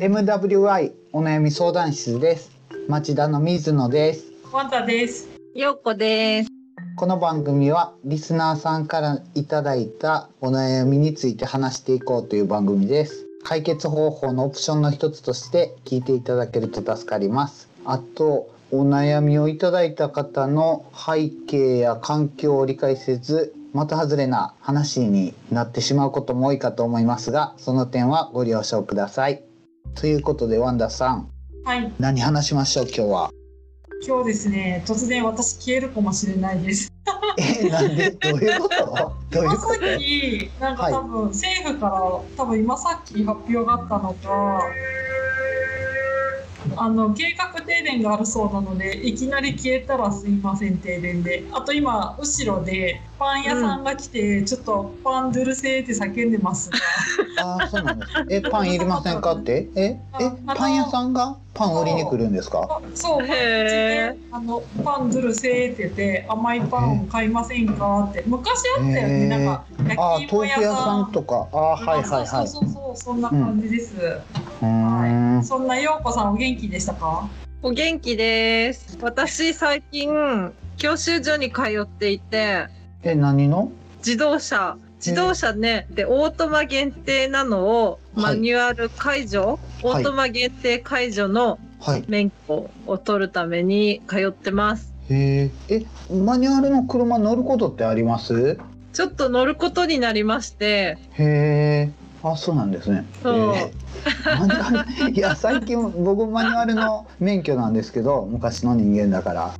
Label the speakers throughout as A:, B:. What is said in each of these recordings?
A: MWI お悩み相談室です町田の水野です
B: ワンタです。
C: ようこです。
A: この番組はリスナーさんからいただいたお悩みについて話していこうという番組です解決方法のオプションの一つとして聞いていただけると助かりますあとお悩みをいただいた方の背景や環境を理解せず的外れな話になってしまうことも多いかと思いますがその点はご了承くださいということでワンダさん
B: はい、
A: 何話しましょう今日は
B: 今日ですね、突然私消えるかもしれないです。
A: えなんでどういうことどういう
B: まあ
A: こ
B: さ っき、なんか多分政府から、多分今さっき発表があったのが。あの計画停電があるそうなのでいきなり消えたらすいません停電であと今後ろでパン屋さんが来て、ちょっとパンドゥルセーって叫んでますが
A: とあーそうなんですえパンいりませんかってええパン屋さんがパン売りに来るんですか
B: あそう毎日ねあのパンドゥルセーって言って甘いパンを買いませんかって昔あったよ
A: へー
B: ねなんか
A: あ
B: 焼
A: ー
B: き芋
A: 豆
B: 屋
A: 腐屋
B: さ
A: さ
B: ん
A: んとかあーはいはいはい
B: そうそうそうそんな感じです。
A: うーん
B: そんなようこさんお元気でしたか？
C: お元気です。私最近教習所に通っていて、
A: え何の
C: 自動車、自動車ね、でオートマ限定なのを
A: は
C: マ
A: い
C: ニュアル解除、オ
A: はい
C: ートマ限定解除の
A: はい
C: 免許を取るために通ってます。
A: へーえマニュアルの車乗ることってあります
C: ちょっと乗ることになりまして、
A: へえあそうなんですね
C: そう
A: へーマニュアルいや最近僕マニュアルの免許なんですけど昔の人間だから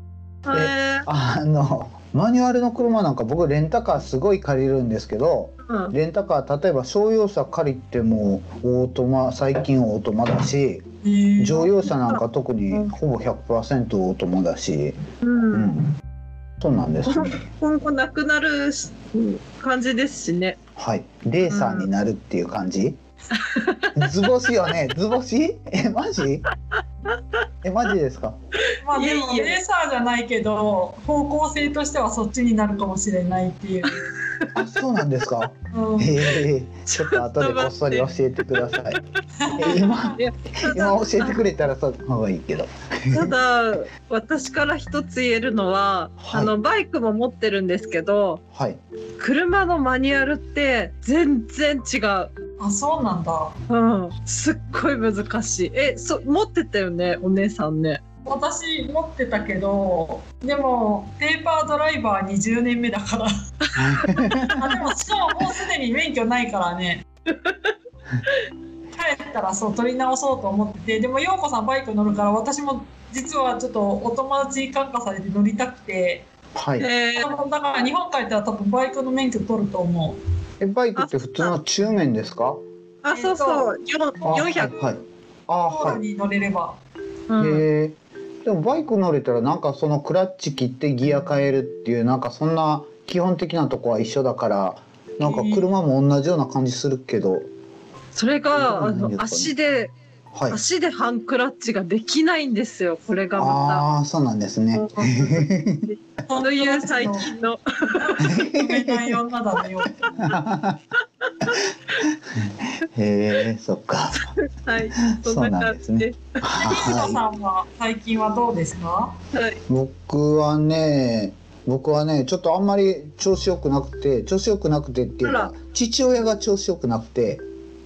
C: えー
A: あのマニュアルの車なんか僕レンタカーすごい借りるんですけど
C: うん
A: レンタカー例えば商用車借りてもオートマ最近オートマだし乗用車なんか特にほぼ100%オートマだし、
C: う、
A: うんん、そうなん です、ね、
C: 今後なくなるし感じですしね。
A: はいレーサーになるっていう感 じ、図星よね図星えマジえマジですか
B: まあでも
C: いえいえ
B: レーサーじゃないけど方向性としてはそっちになるかもしれないっていう。
A: あそうなんですか
B: うん
A: えー、ちょっと後でこっそり教えてくださいえ今
C: ただ
A: 今教えてくれたらそうの方がいいけど
C: ただ私から一つ言えるのは、
A: はい
C: あのバイクも持ってるんですけど
A: はい
C: 車のマニュアルって全然違う、
B: あそうなんだ。
C: うん、すっごい難しいえそ持ってたよねお姉さんね
B: 私持ってたけどでもペーパードライバー20年目だからあでもしかももうすでに免許ないから ね帰ったらそう取り直そうと思っててでも陽子さんバイク乗るから私も実はちょっとお友達に感化されて乗りたくて
A: はい
C: え
B: 多
C: ー
B: 分だから日本帰ったら多分バイクの免許取ると思う
A: えバイクって普通の中面ですか？
C: あそうそうよん
A: あ
C: 400、
A: はい。はいあ
B: コー
A: は
B: ル
A: い。へ
B: に乗れれば
C: うん、
A: え。でもバイク乗れたらなんかそのクラッチ切ってギア変えるっていうなんかそんな基本的なとこは一緒だからなんか車も同じような感じするけど、
C: それ
A: そう
C: があ
A: なんですか
C: の
A: ね
C: 足で
A: はい。
C: 足でハンクラッチができないんですよこれがま
A: ああーそうなんですね。
C: たという最近の
B: 止めない女だね陽子
A: へえそっか。
C: はい
A: そ
C: そ
A: うんな
C: な
A: ん
C: 感
A: です
C: じで
A: ね
C: す。
B: 水野
A: は
B: さんは最近はどうですか
C: はい
A: い。僕はね。僕はねちょっとあんまり調子良くなくて調子良くなくてっていう
C: あ
A: から父親が調子良くなくて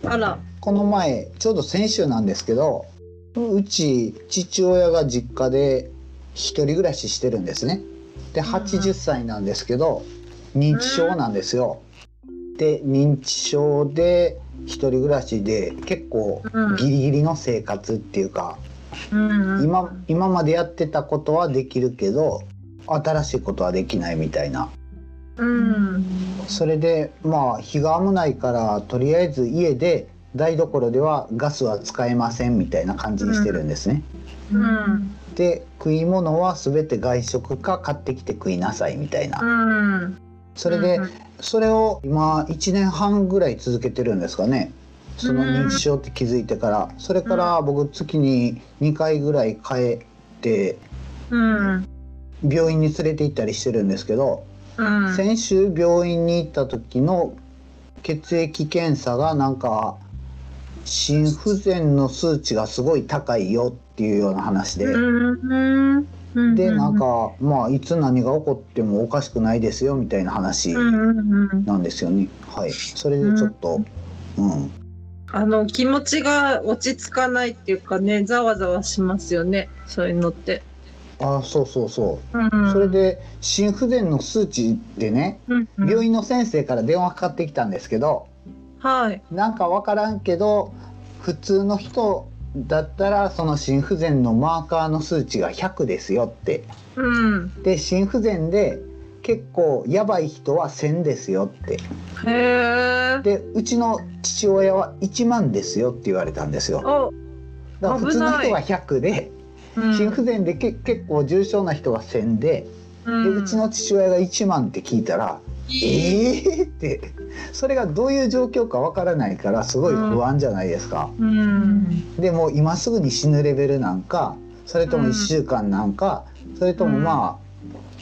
C: あら
A: この前ちょうど先週なんですけどうち父親が実家で一人暮らししてるんですねで80歳なんですけど認知症なんですよで認知症で一人暮らしで結構
C: うん
A: ギリギリの生活っていうか
C: うんうん
A: 今今までやってたことはできるけど新しいことはできないみたいな
C: うん
A: それでまあ日が危ないからとりあえず家で台所ではガスは使えませんみたいな感じにしてるんですね。
C: うん
A: で食い物は全て外食か買ってきて食いなさいみたいな、
C: うん
A: それで
C: うん
A: それを今1年半ぐらい続けてるんですかねその認知症って気づいてからそれから僕月に2回ぐらい帰って
C: うん
A: 病院に連れて行ったりしてるんですけど
C: うん
A: 先週病院に行った時の血液検査がなんか心不全の数値がすごい高いよっていうような話で、
C: うんうん
A: でなんかまあいつ何が起こってもおかしくないですよみたいな話
C: うんうんうん
A: なんですよね。はい、それでちょっと、うん、
C: あの気持ちが落ち着かないっていうかねざわざわしますよねそういうのって、
A: あそうそうそうう。
C: ん
A: それ、で心不全の数値でね、
C: うんうん
A: 病院の先生から電話かかってきたんですけど、
C: はい
A: なんかわからんけど普通の人だったらその心不全のマーカーの数値が100ですよって
C: うん
A: で心不全で結構やばい人は1,000ですよって
C: へえ
A: でうちの父親は1万ですよって言われたんですよ
C: お、
A: だから普通の
C: 危
A: 人
C: な
A: は100で
C: うん
A: 心不全でけ結構重症な人が1,000で
C: う
A: で
C: ん
A: うちの父親が1万って聞いたら「ええー!」ってそれがどういう状況かわからないからすごい不安じゃないですか。
C: うん
A: でもう今すぐに死ぬレベルなんかそれとも
C: うん
A: 1週間なんか、それともま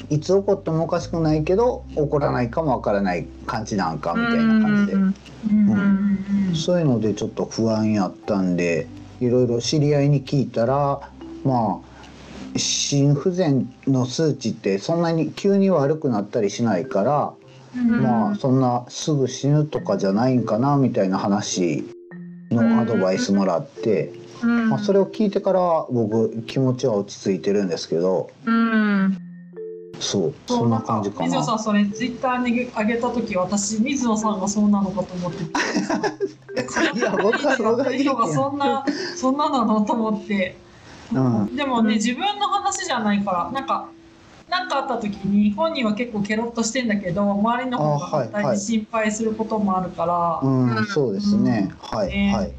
A: あ、いつ起こってもおかしくないけど起こらないかもわからない感じなんかみたいな感じで、
C: うん
B: うんうんうん
A: そういうのでちょっと不安やったんでいろいろ知り合いに聞いたらまあ心不全の数値ってそんなに急に悪くなったりしないから、
B: うん
A: まあそんなすぐ死ぬとかじゃないんかなみたいな話のアドバイスもらって。
C: うん
A: まあ、それを聞いてから僕気持ちは落ち着いてるんですけど
C: うん
A: そうそんな感じか
B: 水野さ
A: なん
B: それツイッターに上げた時私水野さんがそうなのかと思 ってた
A: いや僕は僕は
B: 水野がそんなそんななのと思って、
A: うん
B: でもね
C: うん
B: 自分の話じゃないからなんか何かあった時に本人は結構ケロッとしてんだけど周りの方が
A: あはい
B: 反対
A: はい
B: に心配することもあるから、
A: うん、
C: うん
A: そうですね、はい、
B: ね
A: はい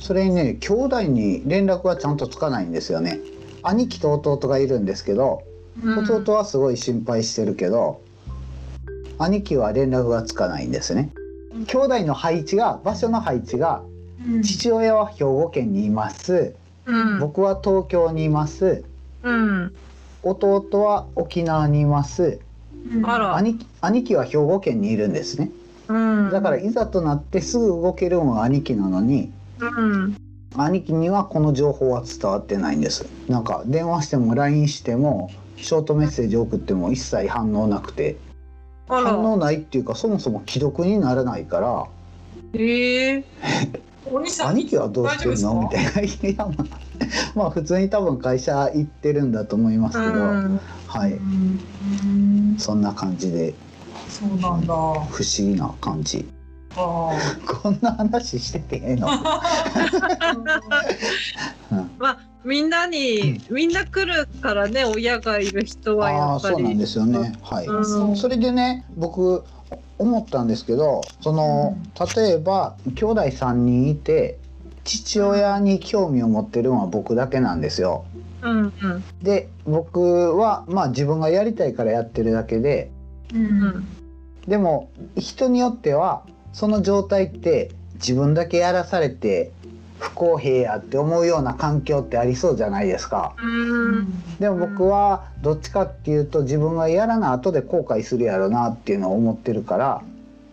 A: それにね兄弟に連絡はちゃんとつかないんですよね兄貴と弟がいるんですけど
C: うん
A: 弟はすごい心配してるけど、兄貴は連絡がつかないんですね
B: うん
A: 兄弟の配置が場所の配置が
B: うん
A: 父親は兵庫県にいます
C: うん
A: 僕は東京にいます
C: うん
A: 弟は沖縄にいます
B: うん
C: あら
A: 兄貴兄貴は兵庫県にいるんですね
C: うん
A: だからいざとなってすぐ動けるのは兄貴なのに
C: うん
A: 兄貴にはこの情報は伝わってないんですなんか電話しても LINE してもショートメッセージ送っても一切反応なくて
C: あ
A: 反
C: ら
A: 応ないっていうかそもそも既読にならないから
C: ええ
B: お兄さん
A: 兄貴はどうしてるのみ
B: 大丈夫
A: たいないやまあまあ 普通に多分会社行ってるんだと思います
C: う
A: けど、
C: ん
A: はい
B: うんうん
A: そんな感じで
B: そうなん
A: 不
B: だ
A: 思議な感じ
B: あー
A: こんな話しててええの
C: まあみんなにみんな来るからね親がいる人は
A: あ
C: や
A: あー
C: っぱ
A: そうなん
C: り
A: ですよねはい、
C: うん
B: そう
A: それでね僕思ったんですけどその、例えば兄弟3人いて父親に興味を持ってるのは僕だけなんですよ
C: うんうん
A: で僕はまあ自分がやりたいからやってるだけで
B: うん
A: でも人によってはその状態って自分だけやらされて不公平やって思うような環境ってありそうじゃないですか。
C: うん
A: でも僕はどっちかっていうと自分がやらな後で後悔するやろなっていうのを思ってるから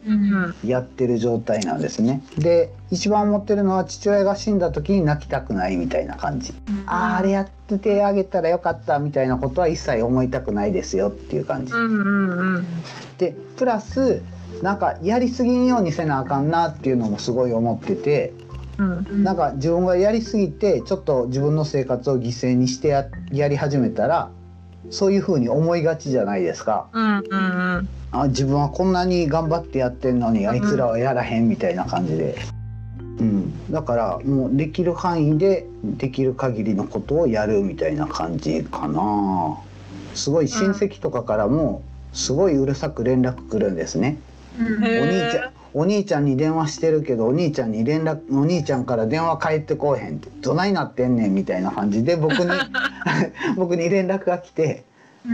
C: うん
A: やってる状態なんですねで一番思ってるのは父親が死んだ時に泣きたくないみたいな感じあーあれやっててあげたらよかったみたいなことは一切思いたくないですよっていう感じ
C: うんうんうん
A: でプラスなんかやりすぎんようにせなあかんなっていうのもすごい思ってて
C: うん
A: なんか自分がやりすぎてちょっと自分の生活を犠牲にしてややり始めたらそういうふうに思いがちじゃないですか
C: うんうん
A: あ自分はこんなに頑張ってやってんのにあいつらはやらへんみたいな感じで、うん、だからもうできる範囲でできる限りのことをやるみたいな感じかなすごい親戚とかからもすごいうるさく連絡来るんですね。
B: うん
A: お
C: へ
A: 兄
C: ー
A: ちゃんお兄ちゃんに電話してるけどお兄ちゃんに連絡お兄ちゃんから電話返ってこうへんってどないなってんねんみたいな感じで僕 に 僕に連絡が来て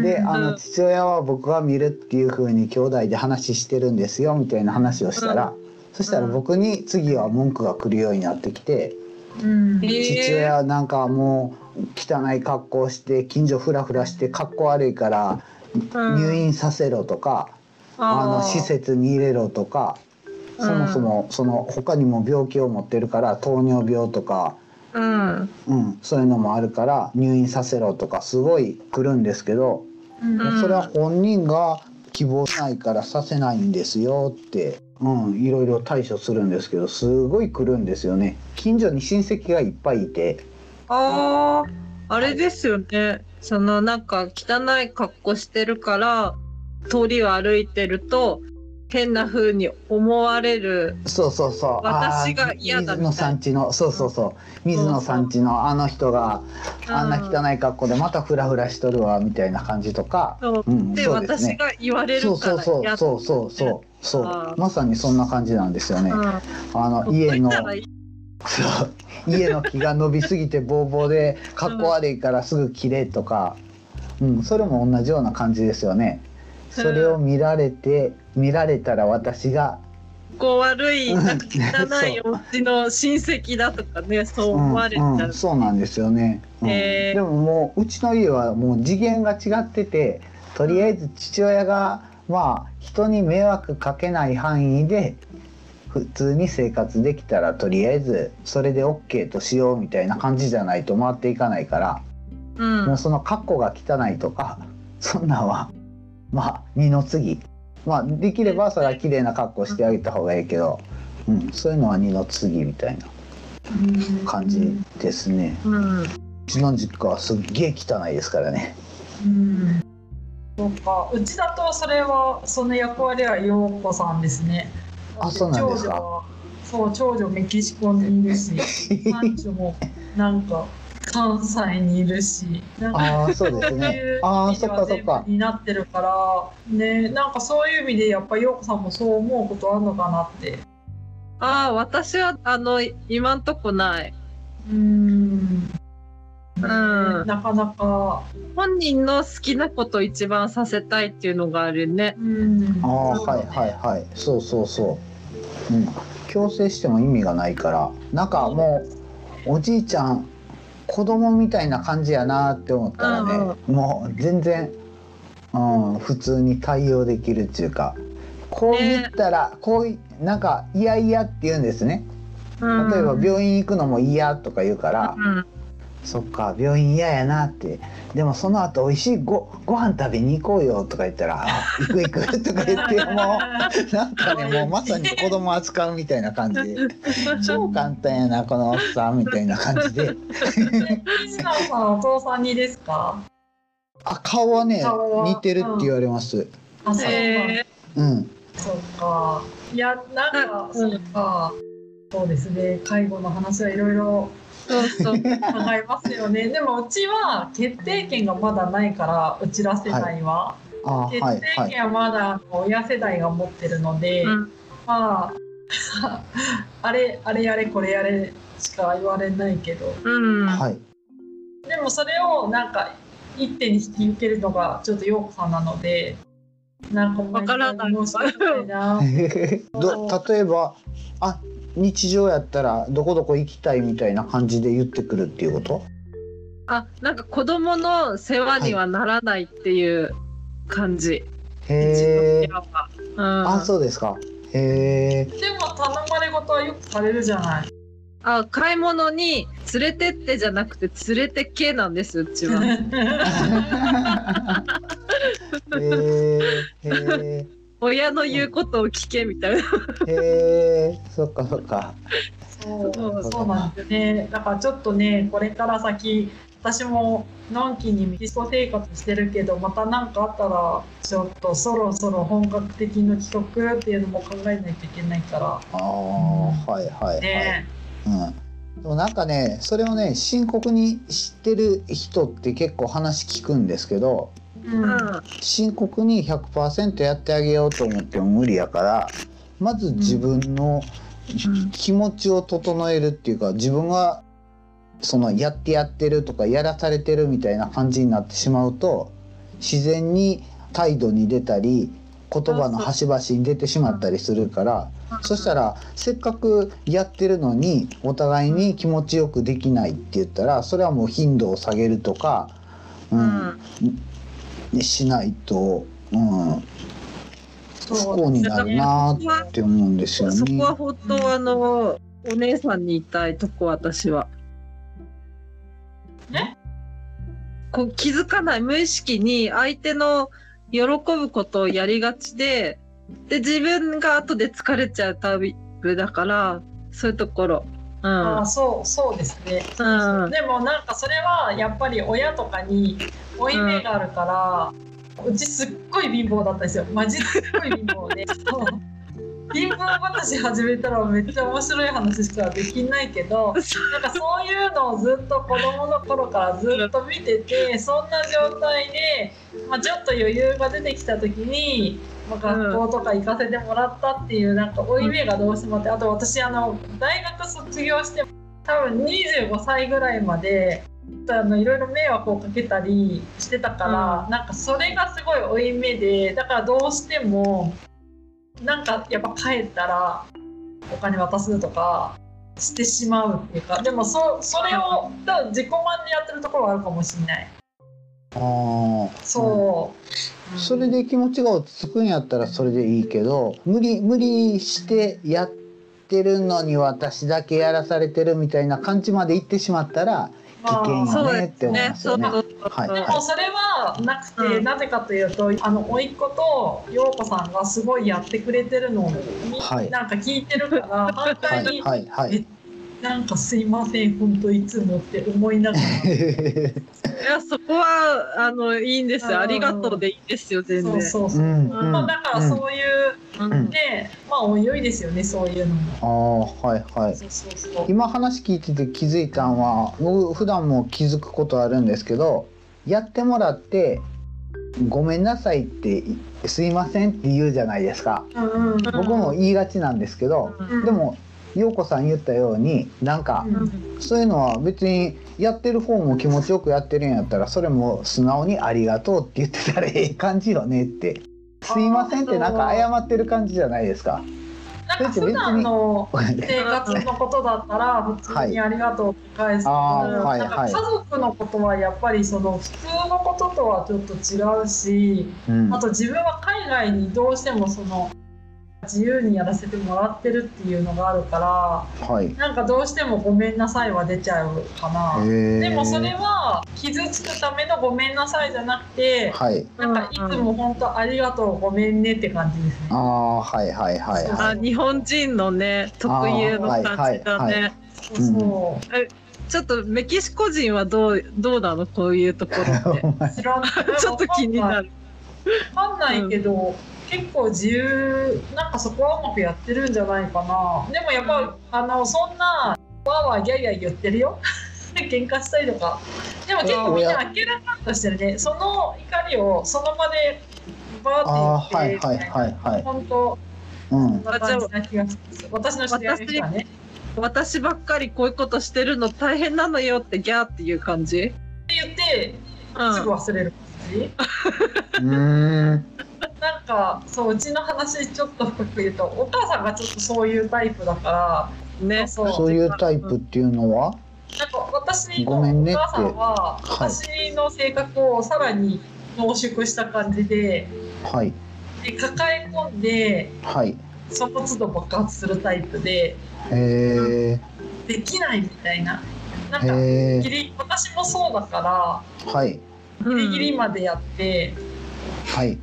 A: であ
C: う
A: の
C: ん
A: 父親は僕が見るっていう風に兄弟で話してるんですよみたいな話をしたら、そしたら僕に次は文句が来るようになってきて、
B: うん
C: へー
A: 父親はなんかもう汚い格好して近所フラフラして格好悪いから
C: うん
A: 入院させろとか、あの施設に入れろとかそもそもその他にも病気を持ってるから糖尿病とか、
C: うん
A: うん、そういうのもあるから入院させろとかすごい来るんですけど、
B: うん
C: うん
A: それは本人が希望しないからさせないんですよって、うん、いろいろ対処するんですけどすごい来るんですよね近所に親戚がいっぱいいて
C: あーあれですよねそのなんか汚い格好してるから通りを歩いてると変な風に思われる
A: そうそうそう
C: 私が嫌だ
A: あー水
C: みたい
A: 野さんちのそうそうそう水野さんちのあの人があんな汚い格好でまたフラフラしとるわみたいな感じとか、
C: そう
A: うん、
C: で
A: そうです
C: 私
A: ね
C: が言われ
A: そ
C: る
A: う
C: か
A: そう
C: ら
A: そ
C: 嫌
A: うそうそうそうそ
C: あ
A: う
C: ー
A: まさにそんな感じなんですよね、あの家のそう家の木が伸びすぎてボーボーでかっこ悪いからすぐ切れとか、うん、それも同じような感じですよね。それを見られて見られたら私が
C: こう悪いなんか汚い
A: そ
C: お家の親戚だとかねそう
A: うん
C: 思われちゃう、
A: うんそうなんですよね、うん
C: へー
A: でももううちの家はもう次元が違っててとりあえず父親がまあ人に迷惑かけない範囲で普通に生活できたらとりあえずそれで OK としようみたいな感じじゃないと回っていかないから、
C: うん
A: もうその格好が汚いとかそんなんはまあ二の次まあできればそれは綺麗な格好してあげた方がいいけど、うん、そういうのは二の次みたいな感じですね。
C: うん
A: うちの実家はすっげえ汚いですからね。
B: うんそうかうちだとそれはその役割は陽子さんですね
A: あそうなんですか
B: 長女はそう長女メキシコにい るし三女もなんか関西にいるしなんか
A: ああ、そうです
B: そうい
A: ね
B: う。
A: あ
B: 意
A: あ、
B: 味
A: そ
B: で
A: っか
B: は
A: そっ
B: 全部
A: か。
B: になってるからねなんかそういう意味でやっぱ陽子さんもそう思うことあるのかなって
C: ああ私はあの今んとこない、
B: うん
C: うん、
B: なかなか
C: 本人の好きなことを一番させたいっていうのがあるね
B: うん
A: ああ、はいはいはい。そうそうそう。うん。強制しても意味がないから、なんかもうおじいちゃん子供みたいな感じやなって思ったらね、もう全然うん普通に対応できるっていうか。こう言ったら、こういなんかいやいやって言うんですね。
C: うん
A: 例えば病院行くのも嫌とか言うから、
C: うん
A: そっか病院嫌やなってでもその後美味しいごご飯食べに行こうよとか言ったらあ「行く行く」とか言ってもうなんかねもうまさに子供扱うみたいな感じで超簡単やなこのおっさんみたいな感じで
B: 西野さんはお父さんにですか
A: あ顔はね
B: 顔は
A: 似てるって言われます。
B: あそうなんだ
C: え
A: うん、
B: そっか。いや、なんか、
C: うん
B: そっか。そうですね。介護の話はいろい ろ
C: そうそう
B: 考えますよね。でも、うちは決定権がまだないから、うちら世代は。
A: あー
B: 決
A: はいは
B: 定
A: い
B: 権はまだ、あの親世代が持ってるので、
C: うん
B: まあ。 あれ、あれやれ、これやれしか言われないけど。
C: うん
A: はい
B: でも、それを、なんか。一手に引き受けるのが、ちょっとようこさんなので。なんか、
C: わからない
B: 申し訳ないな。
A: ど例えばあ日常やったらどこどこ行きたいみたいな感じで言ってくるっていうこと
C: あなんか子供の世話にはならないっていう感じ、
A: へえ
C: うちの親はうん、
A: あそうですかへえ
B: でも頼まれ事はよくされるじゃない。
C: あ買い物に連れてってじゃなくて連れてけなんですうちは
A: へーへ
C: 親の言うことを聞けみたいな
A: ーへーそっかそっか
B: そう
C: そう
B: そうなんですね。だからちょっとね、これから先、私ものんきにメキシコ生活してるけど、また何かあったら、ちょっとそろそろ本格的な帰国っていうのも考えないといけないか
A: あーはいはいは
B: ら。
A: い、
B: ね、
A: うん、でもなんかねそれをね深刻に知ってる人って結構話聞くんですけど
B: うん、
A: 深刻に100%やってあげようと思っても無理やからまず自分の
C: うん
A: 気持ちを整えるっていうか自分がそのやってやってるとかやらされてるみたいな感じになってしまうと自然に態度に出たり言葉の端々に出てしまったりするからそしたらせっかくやってるのにお互いに気持ちよくできないって言ったらそれはもう頻度を下げるとか、
C: う
A: うんんしないと、うん、不幸になるなーって思うんですよね。
C: そこは本当あの、お姉さんに言いたいとこ私は。
B: ね
C: こう気づかない無意識に相手の喜ぶことをやりがちで、で自分が後で疲れちゃうタイプだから、そういうところ。うん。
B: ああそうそうですね、
C: うん
B: でもなんかそれはやっぱり親とかに負い目があるから、うちすっごい貧乏だったんですよマジすっごい貧乏 でそう貧乏話始めたらめっちゃ面白い話しかできないけどなんかそういうのをずっと子供の頃からずっと見ててそんな状態で、まあ、ちょっと余裕が出てきた時に、まあ、
C: うん
B: 学校とか行かせてもらったっていうなんか負い目がどうしてもあってあと私あの大学卒業して多分25歳ぐらいまで。あのいろいろ迷惑をかけたりしてたから、なんかそれがすごい負い目でだからどうしてもなんかやっぱ帰ったらお金渡すとかしてしまうっていうかでもそそれを多分自己満でやってるところはあるかもしれない
A: あー
B: そう、うん
A: それで気持ちが落ち着くんやったらそれでいいけど無理無理してやってるのに私だけやらされてるみたいな感じまで行ってしまったら
B: まあ
A: 危険
C: そう
A: ね
C: で
A: って
C: す
A: 思い
C: ね
A: ま。す
C: そ
A: よ
C: う
A: ね
C: そうそう
A: はい
B: でもそれはなくて、
C: うん
B: なぜかというとあの甥っ子と陽子さんがすごいやってくれてるのを、
A: はい
B: なんか聞いてるから反
A: は
B: 対
A: い
B: に、
A: はいは
B: え
A: い。
B: なんかすいません本当いつもって思い ながら
C: いやそこはあのいいんです
B: うん
C: よ。ありがとうでいいんですよ全然。
B: そう
A: う
B: そうそう、
A: んうん。
B: まあ、だからそういう
C: うん
A: うん
B: ね、まあおいいですよねそういうのも。
A: ああはいはい。
B: そうそうそう
A: 今話聞いてて気づいたんは僕普段も気づくことあるんですけどやってもらって「ごめんなさい」って「すいません」って言うじゃないですか。
B: うんうん
A: 僕も言いがちなんですけど、
B: うん
A: でも陽子さん言ったようになんか
B: うん
A: そういうのは別にやってる方も気持ちよくやってるんやったらそれも素直に「ありがとう」って言ってたらええ感じよね って「すいません」ってなんか謝ってる感じじゃないですか。
B: なんか普段の生活のことだったら普通にありがとうって返すけど、
A: あーはい
B: なんか
A: はい
B: 家族のことはやっぱりその普通のこととはちょっと違うし、
A: うん
B: あと自分は海外にどうしてもその自由にやらせてもらってるっていうのがあるか
A: はい
B: ら、なんかどうしてもごめんなさいは出ちゃうかな。で
A: で
B: もそれは傷つくためのごめんなさいじゃなくて、
A: はい
B: なんかいつも本当ありがとうごめんねって感じですね
A: あ。あはいはいはいは
C: あ日本人のね特有の感じ
A: あー
C: だ
A: はいはい
C: ね。
B: そうそう。
C: ちょっとメキシコ人はどうどうなのこういうところ って。
A: い。
B: 知らない
C: ちょっと気になる。
B: わかんないけど、結構自由なんかそこはうまくやってるんじゃないかなでもやっぱ、あのそんなわーわーギャーギャー言ってるよ 喧嘩したりとかでも結構みんな明らかんとしてるねその怒りをその場でバー
A: あ
B: っ
A: ーは
B: て
A: い
B: 言って
A: はいはいはい。
B: 本当
A: うん
B: そんな感じな気がする私の知り合いの人はね
C: 私ばっかりこういうことしてるの大変なのよってギャーっていう感
B: っ
C: じ。
B: て言って
C: うん
B: すぐ忘れる感じ、
A: うーん
B: なんかそううちの話ちょっと深く言うとお母さんがちょっとそういうタイプだから
C: ね。
B: そう
A: そういうタイプっていうのは
B: なんか私の
A: ご
B: お
A: めんねって
B: 母さんは私の性格をさらに濃縮した感じで
A: はい
B: で抱え込んで
A: はい。
B: その都度爆発するタイプで
A: え
B: できないみたいなな
A: ー、
B: んか
A: え
B: ギリ私もそうだか
A: ー、はい
C: う
B: ら
C: ん
B: ギリギリまでやって
A: はい。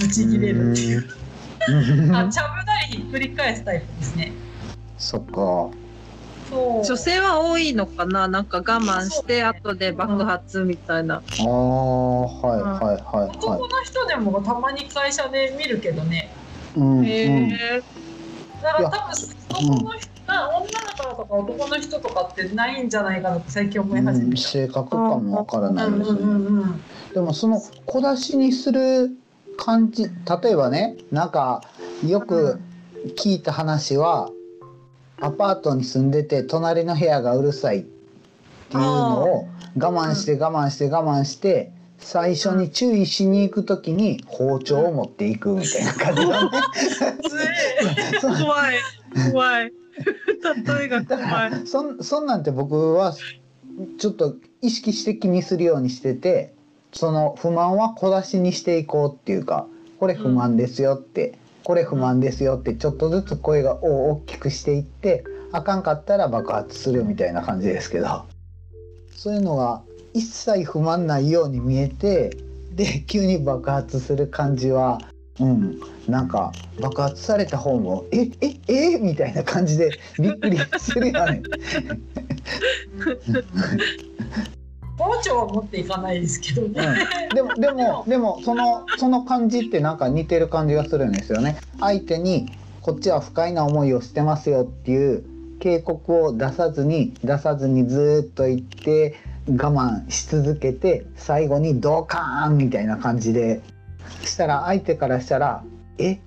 B: ブチギレるっていう
A: う
B: あ
A: ん
B: ちゃぶ台ひっくり返すタイプですね
A: そっか。
B: そう
C: 女性は多いのかななんか我慢
B: そ
C: し
B: うね
C: て後で爆発みたいな。
A: ああはいはいはいは
B: 男の人でもたまに会社で見るけどね
A: い。うんうん。
C: へ
B: だから多分男の人、な女の子とか男の人とかってないんじゃないかなって最近思い始
A: う
B: め
A: ん、性格感もわから
B: た。
A: な
B: う
A: い
B: ん
A: で
B: う
A: す
B: ん
A: ね。
B: うんうん。
A: でもその小出しにする感じ、例えばね、なんかよく聞いた話は、アパートに住んでて隣の部屋がうるさいっていうのを我慢して我慢して我慢して、最初に注意しに行くときに包丁を持っていくみたいな感じだね。
B: つえ
C: ー怖い怖い。 例えが
A: だか
C: 怖い。
A: らそんそんなんて僕はちょっと意識して気にするようにしててその不満は小出しにしていこうっていうかこれ不満ですよってこれ不満ですよってちょっとずつ声がを大きくしていってあかんかったら爆発するみたいな感じですけどそういうのが一切不満ないように見えてで急に爆発する感じはうんなんか爆発された方も「えええみたいな感じでびっくりするよね。
B: 包丁は持っていかないですけどね。
A: で もでもでもそのその感じってなんか似てる感じがするんですよね。相手にこっちは不快な思いをしてますよっていう警告を出さずに出さずにずーっと言って我慢し続けて最後にドカーンみたいな感じでしたら相手からしたら「え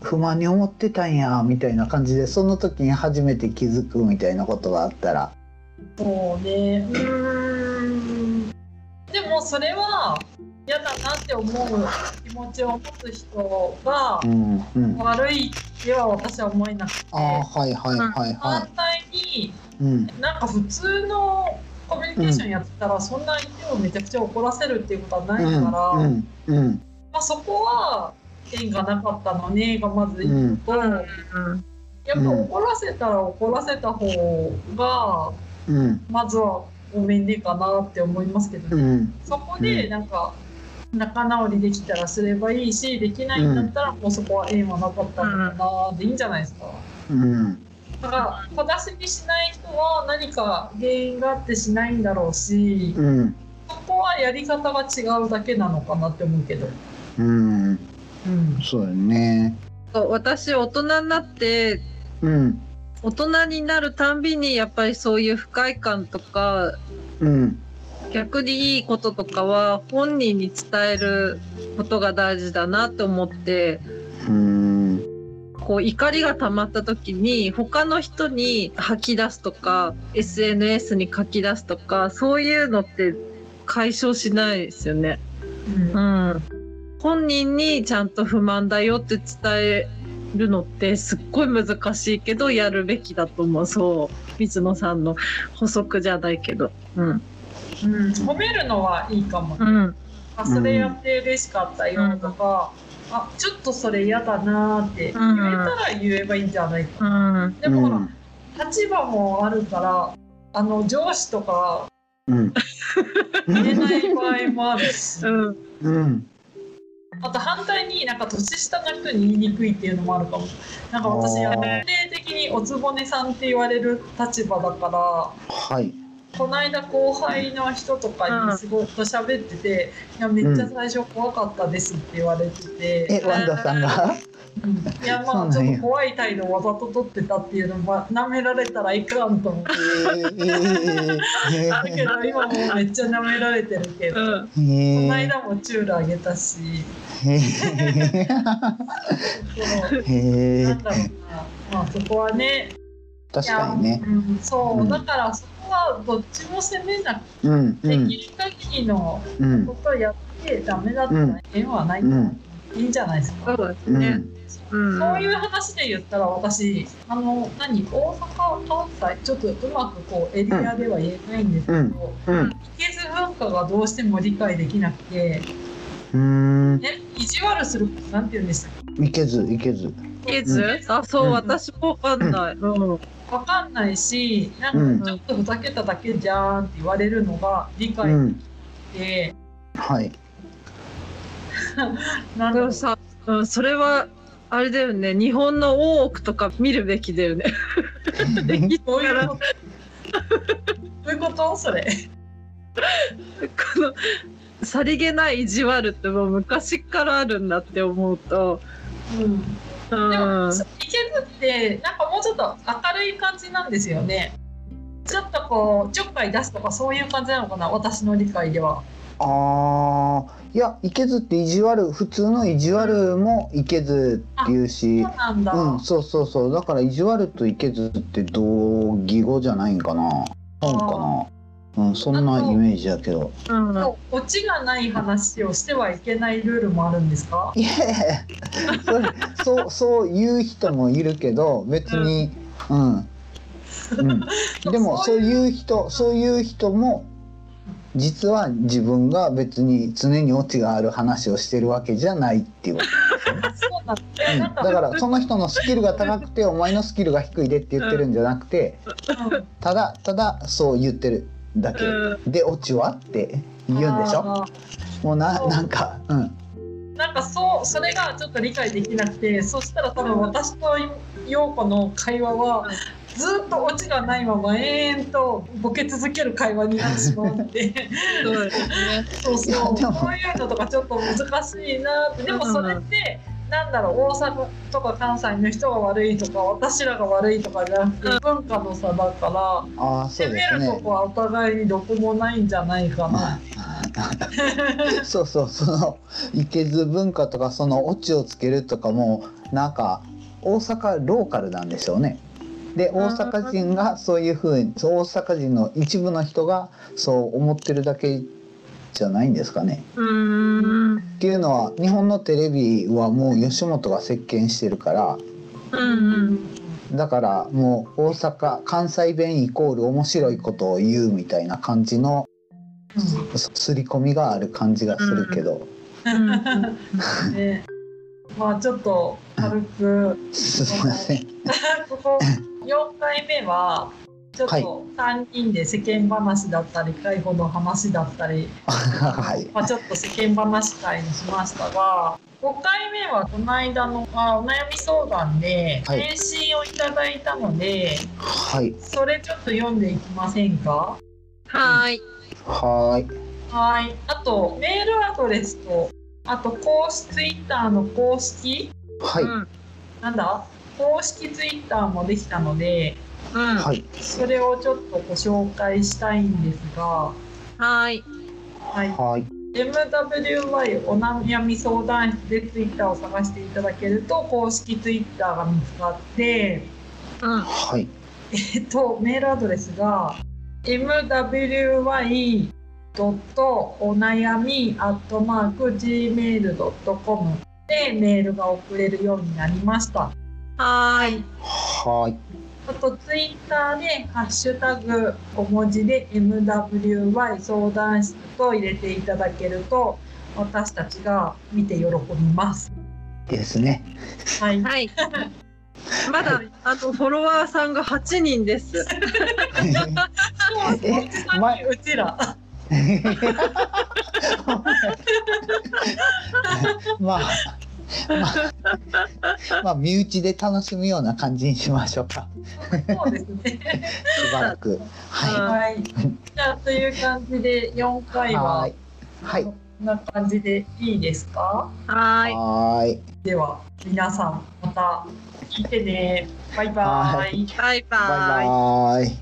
A: 不満に思ってたんや」みたいな感じでその時に初めて気づくみたいなことがあったら
B: そうね。うーん。でもそれは嫌だなって思う気持ちを持つ人が
A: うんうんあ
B: 悪いっては私は思えなくて、
A: あーはいはいはいは
B: 反対に
A: いうん
B: なんか普通のコミュニケーションやってたら、そんな相手をめちゃくちゃ怒らせるっていうことはないから、
A: うんうん
B: まあ、そこは縁がなかったのねがまず
A: うんうん
B: と、やっぱ怒らせたら怒らせた方が
A: うん
B: まずはごめんねかなって思いますけどね。
A: うん
B: そこでなんか仲直りできたらすればいいしできないんだったらもうそこは縁はなかったのかなでいいんじゃないですか。
A: うん
B: だから小出しにしない人は何か原因があってしないんだろうし
A: うん
B: そこはやり方が違うだけなのかなって思うけど。
A: うん
B: うん、
A: そうよね
C: そう私大人になって
A: うん
C: 大人になるたんびにやっぱりそういう不快感とか
A: うん
C: 逆にいいこととかは本人に伝えることが大事だなと思って
A: うん
C: こう怒りが溜まった時に他の人に吐き出すとか SNS に書き出すとかそういうのって解消しないですよね。
B: うん
C: うん、本人にちゃんと不満だよって伝えるのってすっごい難しいけどやるべきだと思うそう水野さんの補足じゃないけど。うん
B: うん、褒めるのはいいかも、ね
C: うん
B: あそれやって嬉しかったよとか、あちょっとそれ嫌だなーって言えたら言えばいいんじゃないか、
C: うん
B: でもほら、
A: うん
B: 立場もあるからあの上司とか
A: うん
B: 言えない場合もあるし
C: うん
A: うん
B: あと反対になんか年下の人に言いにくいっていうのもあるかもなんか私
A: あー
B: 年齢的におつぼねさんって言われる立場だから。
A: はい
B: この間後輩の人とかにすごく喋ってて「いやめっちゃ最初怖かったです」って言われて
A: え
B: て、
A: ワンダさんが
B: うんいや
A: そ
B: ま
A: う
B: あち
A: なんや
B: ょっと怖い態度をわざと取ってたっていうのもなめられたらいかんと思っ
A: えーえ
B: たけど今もうめっちゃなめられてるけど。
C: うん
A: ー
B: こ
A: え
B: の
A: ー
B: 間もチュールあげたし、
A: え
B: そ
A: ーえ
B: のなん
A: ー
B: だろうな、まあそこはね、
A: 確かにね
B: いやうん、そう、
A: うん
B: だからそこはどっちも責めなく
A: うんう
B: て、
A: ん
B: できる限りの
A: うん
B: ことをやってダメだったら縁はない、
A: うん
B: いいんじゃないですか。
C: そうです
A: う
C: ね。
A: ん
C: うん
B: そういう話で言ったら私あの何大阪関西ちょっとうまくこうエリアでは言えないんですけど、
A: うんうん
B: いけず文化がどうしても理解できなくて、
A: うん
B: ね、意地悪するなんて言うんでしたっ
A: いけずいけず
C: ケーズ、あ、そう、
A: うん
C: 私もわかんない。うん。
B: けわかんないしな
A: うんん
B: かちょっとふざけただけじゃんって言われるのが理
A: う
B: 解で
A: ん
B: きて、
A: はい
B: なんだ
C: で
B: ろ
C: も
B: う
C: さ、うん、それは、あれだよね、日本の大奥とか見るべきだよね。
B: どういうこと どういうことそれ。
C: この、さりげない意地悪ってもう昔からあるんだって思うと、
B: うん
C: う
B: でも、
C: ん。
B: そういけずって、なんかもうちょっと明るい感じなんですよね。ちょっとこう、ちょっかい出すとか、そういう感じなのかな、私の理解では。
A: ああいやいけずって意地悪普通の意地悪もいけずっていう
B: そう
A: し
B: なんだ。
A: うんそうそうそうだから意地悪といけずって同義語じゃないんかな本かなうんそんなイメージやけど
C: うん
B: そうオチがない話をしてはいけないルールもあるんですか。
A: いやいやそれそうそう言う人もいるけど別にうん、 うん、でもそういう人そういう人も実は自分が別に常にオチがある話をしてるわけじゃないっていうこと
B: そう
A: うんだからその人のスキルが高くてお前のスキルが低いでって言ってるんじゃなくてただただそう言ってるだけ
C: う
A: でオチはって言うんでしょ
B: あ
A: もうな
B: そう
A: なんかうん
B: ーなんかそうそれがちょっと理解できなくてそしたら多分私と陽子の会話は
C: うん
B: ずっとオチがないまま延々とボケ続ける会話になってしまうって
C: そうですね。
B: そう
A: いや
B: そう
A: でも
B: そういうのとかちょっと難しいなってでもそれってなんだろう大阪とか関西の人が悪いとか私らが悪いとかじゃなくて文化の差だから。
A: ああそう
B: 攻
A: で
B: め
A: す
B: ると
A: ね
B: こはお互いにどこもないんじゃないか
A: まあ
B: な。
A: そうそうそのいけず文化とかそのオチをつけるとかもなんか大阪ローカルなんでしょうね。で大阪人がそういうふうにそう大阪人の一部の人がそう思ってるだけじゃないんですかね。
C: うーん。うん
A: っていうのは日本のテレビはもう吉本が席巻してるから
C: うん。
A: だからもう大阪関西弁イコール面白いことを言うみたいな感じのす刷り込みがある感じがするけど。
B: うんね、まあちょっと軽く
A: すみません。
B: ここ4回目はちょっ
A: はい
B: と3人で世間話だったり解放の話だったり、
A: はい。
B: まあ、ちょっと世間話会にしましたが5回目はこの間のあお悩み相談で
A: はい
B: 返信をいただいたので、
A: はい。
B: それちょっと読んでいきませんか
C: はーい。
A: はーい。
B: はい。あと、メールアドレスと、あと、公式ツイッターの公式、
A: はい。
C: うん。
B: なんだ公式ツイッターもできたので、
C: うん。は
A: はい。
B: それをちょっとご紹介したいんですが、
C: ーい。
B: はい。
A: はい。
B: MWY お悩み相談室でツイッターを探していただけると、公式ツイッターが見つかって、
C: うん。
A: はい。
B: えっと、メールアドレスが mwy. お悩み gmail.com でメールが送れるようになりました。
C: はーい。
A: はい。
B: あとツイッターでハッシュタグ小文字で MWY 相談室と入れていただけると私たちが見て喜びます。
A: ですね。
B: はい。
C: はい。まだあとフォロワーさんが8人です。
B: そう、本当にうちら。
A: まあ。まあ、まあ、身内で楽しむような感じにしましょうか。
B: そうですね。
A: しばらく。は
B: はい。じゃあという感じで4
A: い。
B: 回は
A: は。はい。
B: こんな感じでいいですか
C: はーい。
A: はーい。
B: では皆さんまた聞いてねバイバ
A: は
B: イ
C: バイ
A: バイ
C: バーイ。
A: バーイ。